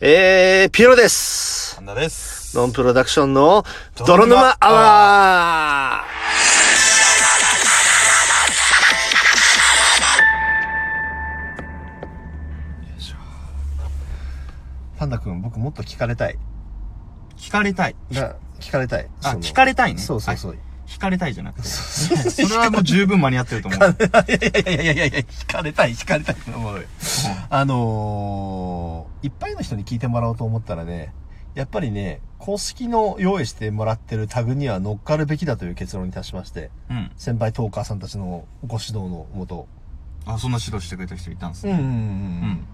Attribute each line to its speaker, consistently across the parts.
Speaker 1: えー、ピエロです。
Speaker 2: 神田です。
Speaker 1: ノンプロダクションの泥沼アワ
Speaker 3: パンダ君、僕もっと聞かれたい。
Speaker 2: 聞かれたい。
Speaker 3: な、聞かれたい。
Speaker 2: あ、
Speaker 3: その
Speaker 2: 聞かれたいね。
Speaker 3: そうそうそう。
Speaker 2: あ。聞かれたいじゃなくて。それはもう十分間に合ってると思う。
Speaker 3: いやいやいやいやいや、聞かれたい、聞かれたい。もうあのー、いっぱいの人に聞いてもらおうと思ったらね、やっぱりね、公式の用意してもらってるタグには乗っかるべきだという結論に達しまして、
Speaker 2: うん。
Speaker 3: 先輩トーカーさんたちのご指導のもと、
Speaker 2: あ、そんな指導してくれた人いたんです
Speaker 3: うんう
Speaker 2: ね。
Speaker 3: んうん
Speaker 2: う
Speaker 3: うん。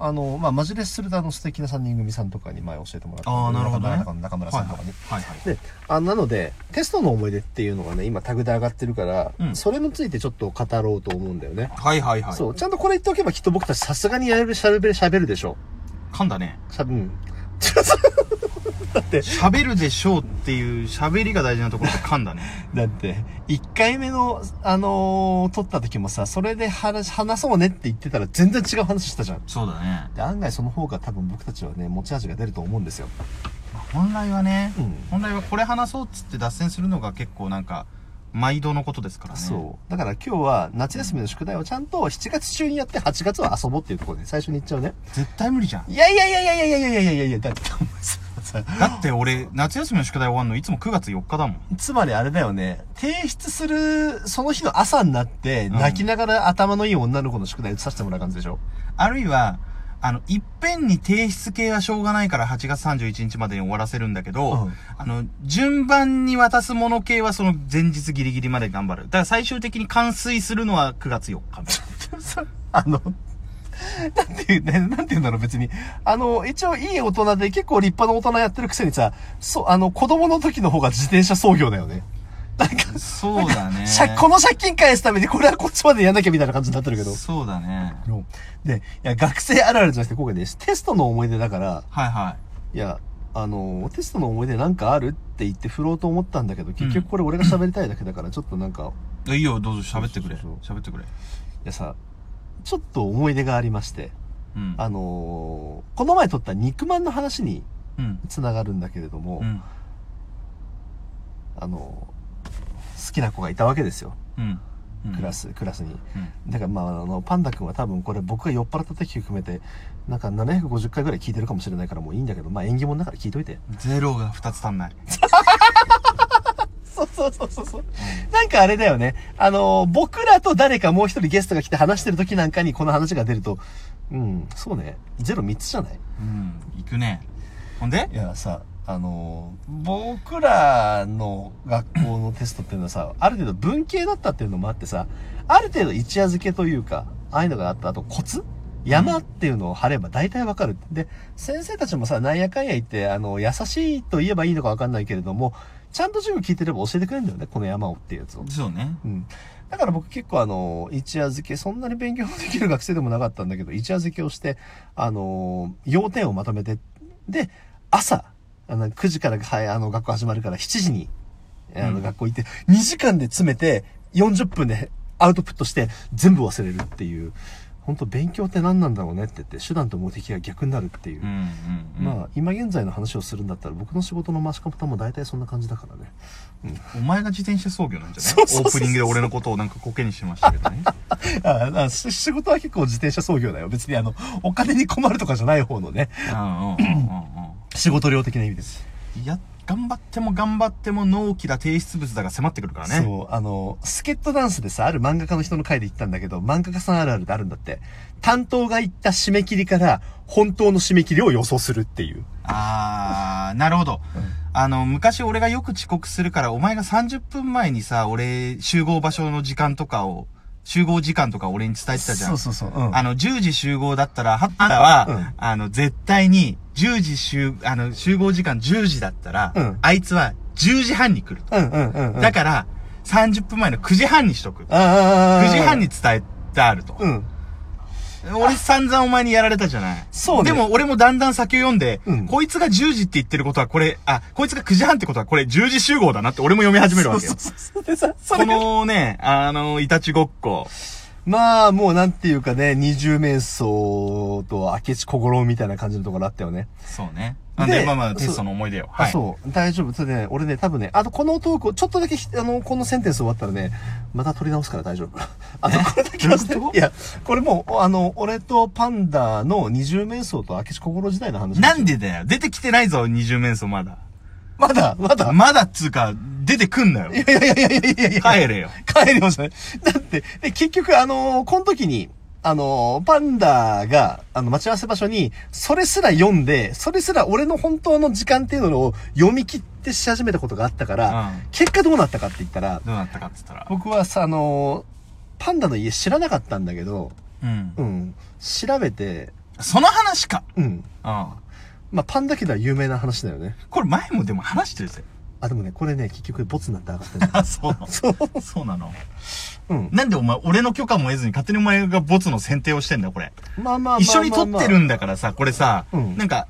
Speaker 3: あの、まあ、マジレスするとあの素敵な3人組さんとかに前教えてもらった。
Speaker 2: あーなるほどね
Speaker 3: 中村中村さんとかに。
Speaker 2: はいはい。
Speaker 3: であなのでテストの思い出っていうのがね今タグで上がってるから、
Speaker 2: うん
Speaker 3: それについてちょっと語ろうと思うんだよね、
Speaker 2: はいはいはい。
Speaker 3: そうちゃんとこれ言っておけばきっと僕たちさすがにやるしゃべるしゃべるでしょ
Speaker 2: 噛んだね。
Speaker 3: しゃべうん
Speaker 2: 喋るでしょうっていう喋りが大事なところで噛んだね。
Speaker 3: だって1回目のあのー撮った時もさそれで話話そうねって言ってたら全然違う話したじゃん
Speaker 2: そうだね。
Speaker 3: で案外その方が多分僕たちはね持ち味が出ると思うんですよ
Speaker 2: 本来はね、
Speaker 3: うん
Speaker 2: 本来はこれ話そうっつって脱線するのが結構なんか、毎度のことですからね。
Speaker 3: そうだから今日は夏休みの宿題をちゃんと7月中にやって8月は遊ぼうっていうところで最初に言っちゃうね
Speaker 2: 絶対無理じゃん。
Speaker 3: いやいやいやいやいやいやいやいやいやいや、だってお前さ、さ
Speaker 2: だって俺、夏休みの宿題終わんのいつも9月4日だもん。
Speaker 3: つまりあれだよね、提出する、その日の朝になって、
Speaker 2: ん
Speaker 3: 泣きながら頭のいい女の子の宿題移させてもらう感じでしょ
Speaker 2: あるいは、あの、いっぺんに提出系はしょうがないから8月31日までに終わらせるんだけど、
Speaker 3: うん
Speaker 2: あの、順番に渡すもの系はその前日ギリギリまで頑張る。だから最終的に完遂するのは9月4日。
Speaker 3: あの、 なんていう、ね、なんていうんだろう、別に。あの、一応いい大人で結構立派な大人やってるくせにさ、そう、あの、子供の時の方が自転車操業だよね。なんか、
Speaker 2: そう だね。
Speaker 3: 借この借金返すためにこれはこっちまでやんなきゃみたいな感じになってるけど。
Speaker 2: そうだね。
Speaker 3: で、いや、学生あるあるじゃなくて、今回ね、テストの思い出だから、
Speaker 2: はいはい
Speaker 3: や、あのー、テストの思い出なんかあるって言って振ろうと思ったんだけど、結局これ俺が喋りたいだけだから、ちょっとなんか、
Speaker 2: い。いいよ、どうぞ喋ってくれ。
Speaker 3: そうそう
Speaker 2: 喋ってくれ。
Speaker 3: いやさ、ちょっと思い出がありまして、
Speaker 2: うん。
Speaker 3: あのー、この前撮った肉まんの話に
Speaker 2: うん。
Speaker 3: つながるんだけれども、
Speaker 2: うん。
Speaker 3: あのー、好きな子がいたわけですよ、
Speaker 2: うん。うん
Speaker 3: クラ。ス、クラスに。
Speaker 2: うん。
Speaker 3: だからまあ、あの、パンダ君は多分これ僕が酔っ払った時含めて、なんか750回ぐらい聞いてるかもしれないからもういいんだけど、まあ縁起物だから聞いといて。
Speaker 2: ゼロが2つ足んない。
Speaker 3: そうそうそうそうそう。なんかあれだよね。あのー、僕らと誰かもう一人ゲストが来て話してる時なんかにこの話が出ると、うん、そうね。ゼロ3つじゃない
Speaker 2: うん。いくね。ほんで
Speaker 3: いやさ、あのー、僕らの学校のテストっていうのはさ、ある程度文系だったっていうのもあってさ、ある程度一夜漬けというか、ああいうのがあった後、コツ山っていうのを張れば大体わかる。で、先生たちもさ、なんやかんや言って、あの、優しいと言えばいいのかわかんないけれども、ちゃんと授業聞いてれば教えてくれるんだよね、この山をっていうやつを。
Speaker 2: そうね。
Speaker 3: うん。だから僕結構あの、一夜漬け、そんなに勉強できる学生でもなかったんだけど、一夜漬けをして、あの、要点をまとめて、で、朝、あの、9時から、はい、あの、学校始まるから7時に、あの、
Speaker 2: うん
Speaker 3: 学校行って、2時間で詰めて、40分でアウトプットして、全部忘れるっていう、本当勉強って何なんだろうねって言って、手段と目的が逆になるっていう。
Speaker 2: うんうん。
Speaker 3: まあ、今現在の話をするんだったら、僕の仕事の回し方も大体そんな感じだからね。
Speaker 2: お前が自転車操業なんじゃない
Speaker 3: そうそうそうそう
Speaker 2: オープニングで俺のことをなんかコケにしてましたけどね。
Speaker 3: ああし仕事は結構自転車操業だよ。別にあの、お金に困るとかじゃない方のね、
Speaker 2: うんうんうんうんうん
Speaker 3: 仕事量的な意味です。
Speaker 2: いや、頑張っても頑張っても納期だ、提出物だが迫ってくるからね。
Speaker 3: そう、あの、スケットダンスでさ、ある漫画家の人の回で言ったんだけど、漫画家さんあるあるであるんだって。担当が言った締め切りから、本当の締め切りを予想するっていう。
Speaker 2: あー、なるほど。あの、昔俺がよく遅刻するから、お前が30分前にさ、俺、集合場所の時間とかを、集合時間とか俺に伝えてたじゃん。
Speaker 3: そうそう。うん
Speaker 2: あの、10時集合だったら、ハッタは、
Speaker 3: うん
Speaker 2: あの、絶対に、10時集、あの、集合時間10時だったら、
Speaker 3: うん
Speaker 2: あいつは10時半に来ると。
Speaker 3: うんうんうんうん。
Speaker 2: だから、30分前の9時半にしとく。9
Speaker 3: ら
Speaker 2: 時半に。伝えてあると。
Speaker 3: うん。
Speaker 2: 俺散々お前にやられたじゃない。
Speaker 3: そうね
Speaker 2: でも俺もだんだん先を読んで、
Speaker 3: うん
Speaker 2: こいつが10時って言ってることはこれ、あ、こいつが9時半ってことはこれ10時集合だなって俺も読み始めるわけよ。
Speaker 3: そうそうそう。でさ、そ
Speaker 2: こ
Speaker 3: れが
Speaker 2: のね、あの、いたちごっこ。
Speaker 3: まあ、もうなんていうかね、二重面相と明智小五郎みたいな感じのところあったよね。
Speaker 2: そうね。なんで、
Speaker 3: で
Speaker 2: まあまあ、テストの思い出を。
Speaker 3: あ
Speaker 2: はい。
Speaker 3: そう。大丈夫。それね、俺ね、多分ね、あとこのトークをちょっとだけひ、あの、このセンテンス終わったらね、また取り直すから大丈夫。 あの、これだけはね
Speaker 2: どういうこと
Speaker 3: いや、これもう、あの、俺とパンダの二重面相と明智小五郎時代の話。
Speaker 2: なんでだよ。出てきてないぞ、二重面相まだ。
Speaker 3: まだ、まだ。
Speaker 2: まだっつうか、出てくんなよ。
Speaker 3: いやいやいやいやいやいや。
Speaker 2: 帰れよ。
Speaker 3: 帰りましたね。だって、で、結局、あのーこの時に、あのーパンダが、あの、待ち合わせ場所に、それすら読んで、それすら俺の本当の時間っていうのを読み切ってし始めたことがあったから、
Speaker 2: うん
Speaker 3: 結果どうなったかって言ったら、
Speaker 2: どうなったかって言ったら。
Speaker 3: 僕はさ、あのーパンダの家知らなかったんだけど、
Speaker 2: うん
Speaker 3: う。ん、調べて、
Speaker 2: その話か。
Speaker 3: うん、
Speaker 2: うん。
Speaker 3: まあ、パンダ家では有名な話だよね。
Speaker 2: これ前もでも話してるぜ。
Speaker 3: あ、でもね、これね、結局ボツになって上が ってる。
Speaker 2: あ、そうなの。
Speaker 3: そう。
Speaker 2: そうなの。
Speaker 3: うん。
Speaker 2: なんでお前、俺の許可も得ずに勝手にお前がボツの選定をしてんだよ、これ。
Speaker 3: まあまあまあまあまあ
Speaker 2: 一緒に撮ってるんだからさ、これさ、
Speaker 3: うん
Speaker 2: なんか、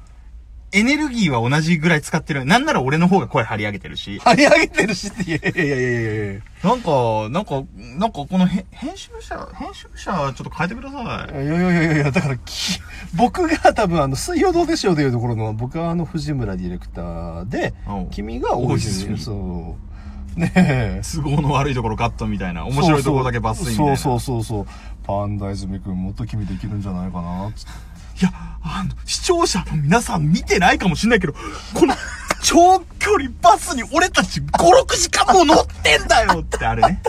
Speaker 2: エネルギーは同じぐらい使ってる。なんなら俺の方が声張り上げてるし。
Speaker 3: 張り上げてるしって、いやいやいやいやいやいや。
Speaker 2: なんか、なんか、なんかこのへ編集者、編集者ちょっと変えてくださ
Speaker 3: い
Speaker 2: い。
Speaker 3: やいやいやいや、だからき、僕が多分あの、水曜どうでしょうというところの、僕はあの、藤村ディレクターで
Speaker 2: おう、
Speaker 3: 君が大
Speaker 2: 大
Speaker 3: 泉。
Speaker 2: 泉
Speaker 3: そう。ねえ。
Speaker 2: 都合の悪いところカットみたいな、面白いところだけ抜粋みたいな。
Speaker 3: そうそうそうそう。パンダ泉くん、もっと君できるんじゃないかな、つって
Speaker 2: いや、あの、視聴者の皆さん見てないかもしれないけど、この長距離バスに俺たち5、6時間も乗ってんだよってあれね。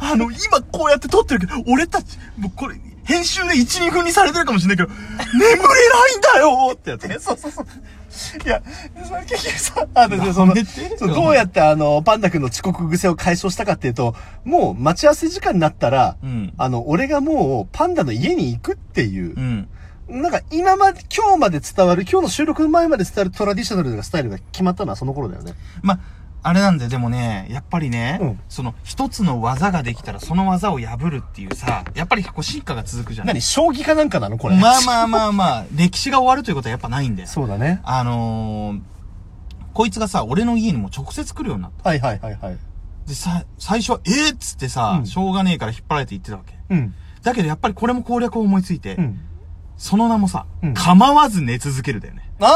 Speaker 2: あの、今こうやって撮ってるけど、俺たち、もうこれ、編集で1、2分にされてるかもしれないけど、眠れないんだよってやつね。
Speaker 3: そうそうそう。 いや、それ結局さ、あの、でその
Speaker 2: やめて、
Speaker 3: そうどうやってあの、パンダ君の遅刻癖を解消したかっていうと、もう待ち合わせ時間になったら、
Speaker 2: うん
Speaker 3: あの、俺がもうパンダの家に行くっていう、
Speaker 2: ん。
Speaker 3: なんか今まで、今日まで伝わる、今日の収録前まで伝わるトラディショナルなスタイルが決まったのはその頃だよね。
Speaker 2: まあ、あれなんだよ、でもね、やっぱりね、
Speaker 3: うん
Speaker 2: その、一つの技ができたらその技を破るっていうさ、やっぱりこう進化が続くじゃない
Speaker 3: 何将棋かなんかなのこれ。
Speaker 2: まあ
Speaker 3: あ。
Speaker 2: まあまあまあ、歴史が終わるということはやっぱないんだよ。
Speaker 3: そうだね。
Speaker 2: あのー、こいつがさ、俺の家にも直接来るようになった。
Speaker 3: はいはいはいはい。
Speaker 2: で、さ、最初は、えー、っつってさ、
Speaker 3: うん
Speaker 2: しょうがねえから引っ張られて行ってたわけ。
Speaker 3: うん。
Speaker 2: だけどやっぱりこれも攻略を思いついて、
Speaker 3: うん。
Speaker 2: その名もさ、
Speaker 3: うん
Speaker 2: 構わず寝続けるだよね。
Speaker 3: あ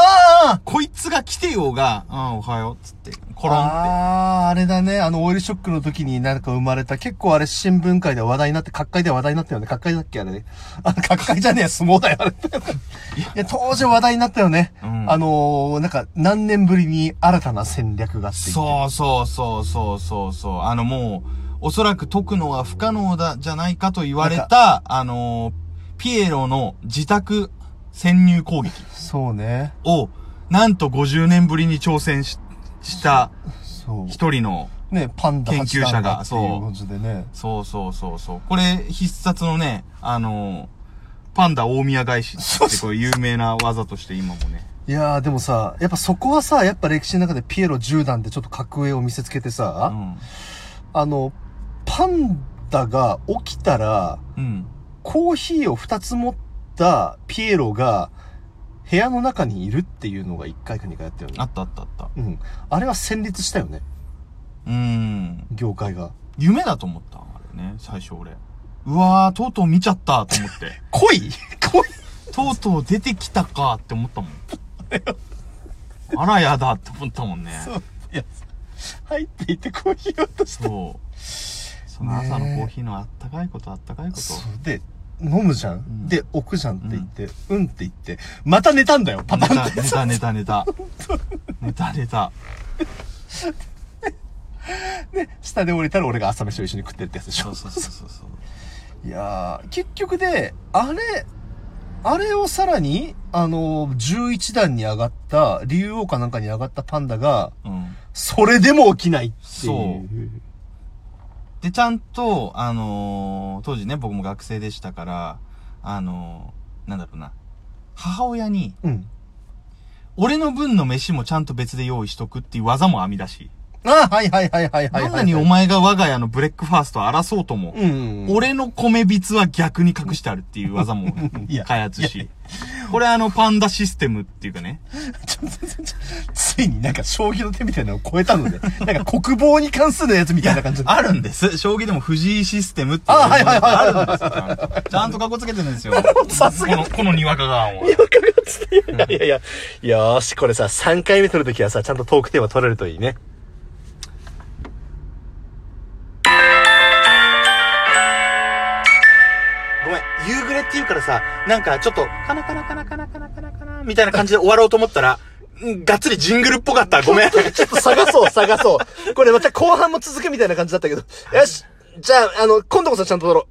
Speaker 3: あ
Speaker 2: こいつが来てようが、あんおはよう、っつって、コロンって。
Speaker 3: ああ、あれだね。あの、オイルショックの時になんか生まれた、結構あれ新聞界で話題になって、各界で話題になったよね。各界だっけあれね。あの、各界じゃねえ、相撲だよ、あれ。いや、当時話題になったよね。
Speaker 2: うん
Speaker 3: あのー、なんか、何年ぶりに新たな戦略がって言って
Speaker 2: そうそうそうそうそうそう。あのもう、おそらく解くのは不可能だ、じゃないかと言われ
Speaker 3: なん
Speaker 2: た、あのー、ピエロの自宅潜入攻撃。
Speaker 3: そうね。
Speaker 2: を、なんと50年ぶりに挑戦しした
Speaker 3: そう。
Speaker 2: 一人の、
Speaker 3: ね、パンダ
Speaker 2: 研究者が
Speaker 3: 八段だっていうことでね。
Speaker 2: そうそうそうそう。これ、必殺のね、あのーパンダ大宮返しってこれ有名な技として今もね。
Speaker 3: いやーでもさ、やっぱそこはさ、やっぱ歴史の中でピエロ10段でちょっと格上を見せつけて
Speaker 2: う
Speaker 3: さ、
Speaker 2: ん。
Speaker 3: あの、パンダが起きたら、
Speaker 2: うん。
Speaker 3: コーヒーを2つ持ったピエロが、部屋の中にいるっていうのが1回か2回やったよね
Speaker 2: あ。ったあったあった。
Speaker 3: うん。あれは戦慄したよね、
Speaker 2: うん。
Speaker 3: 業界が。
Speaker 2: 夢だと思った、あれね、最初俺。うわー、とうとう見ちゃったと思 って。
Speaker 3: 恋恋
Speaker 2: とうとう出てきたかって思 ったもん。あらやだって思ったもんね。
Speaker 3: そう。いや、入っていってコーヒーを渡して。
Speaker 2: そう。その朝のコーヒーのあったかいことあったかいこと。
Speaker 3: そうで、飲むじゃん。
Speaker 2: ん
Speaker 3: で、置くじゃんって言って、うん、って言って、また寝たんだよ、パタンって。
Speaker 2: ネタネタネタネタネタ
Speaker 3: で、下で降りたら俺が朝飯を一緒に食ってるってやつでし
Speaker 2: そ
Speaker 3: ょ
Speaker 2: う。そうそうそうそう
Speaker 3: いやー、結局で、あれ、あれをさらに、あのー、11段に上がった、竜王かなんかに上がったパンダが、
Speaker 2: うん
Speaker 3: それでも起きないっていう。
Speaker 2: そでちゃんとあのー、当時ね僕も学生でしたからあのー、なんだろうな母親に
Speaker 3: う。うん。
Speaker 2: 俺の分の飯もちゃんと別で用意しとくっていう技も編み出し、
Speaker 3: あはいはいはいはいはいはい。
Speaker 2: どんなにお
Speaker 3: 前、
Speaker 2: 前が我が家のブレックファーストを争そうとも、
Speaker 3: うん。、
Speaker 2: 俺の米びつは逆に隠してあるっていう技も
Speaker 3: いや
Speaker 2: 開発しこれあの、パンダシステムっていうかね。
Speaker 4: ちょっとちょっとついになんか将棋の手みたいなのを超えたの で、なんか国防に関するやつみたいな感じ。
Speaker 2: あるんです。将棋でも藤井システムっていう
Speaker 4: あはいはいはいはい
Speaker 2: あるんですよ。ちゃんとちゃんとかっこつけてるん ですよ。
Speaker 4: さすが
Speaker 2: この、このにわかが案は。
Speaker 3: いやいや、よーし、これさ、3回目撮るときはさ、ちゃんとトークテーマ撮れるといいね。ごめん、夕暮れって言うからさ、なんかちょっと、カナカナカナカナカナカナカナ、みたいな感じで終わろうと思ったら、うんがっつりジングルっぽかった。ごめん。ちょっと探そう、探そう。これまた後半も続くみたいな感じだったけど。よし、じゃあ、あの、今度こそちゃんと撮ろう。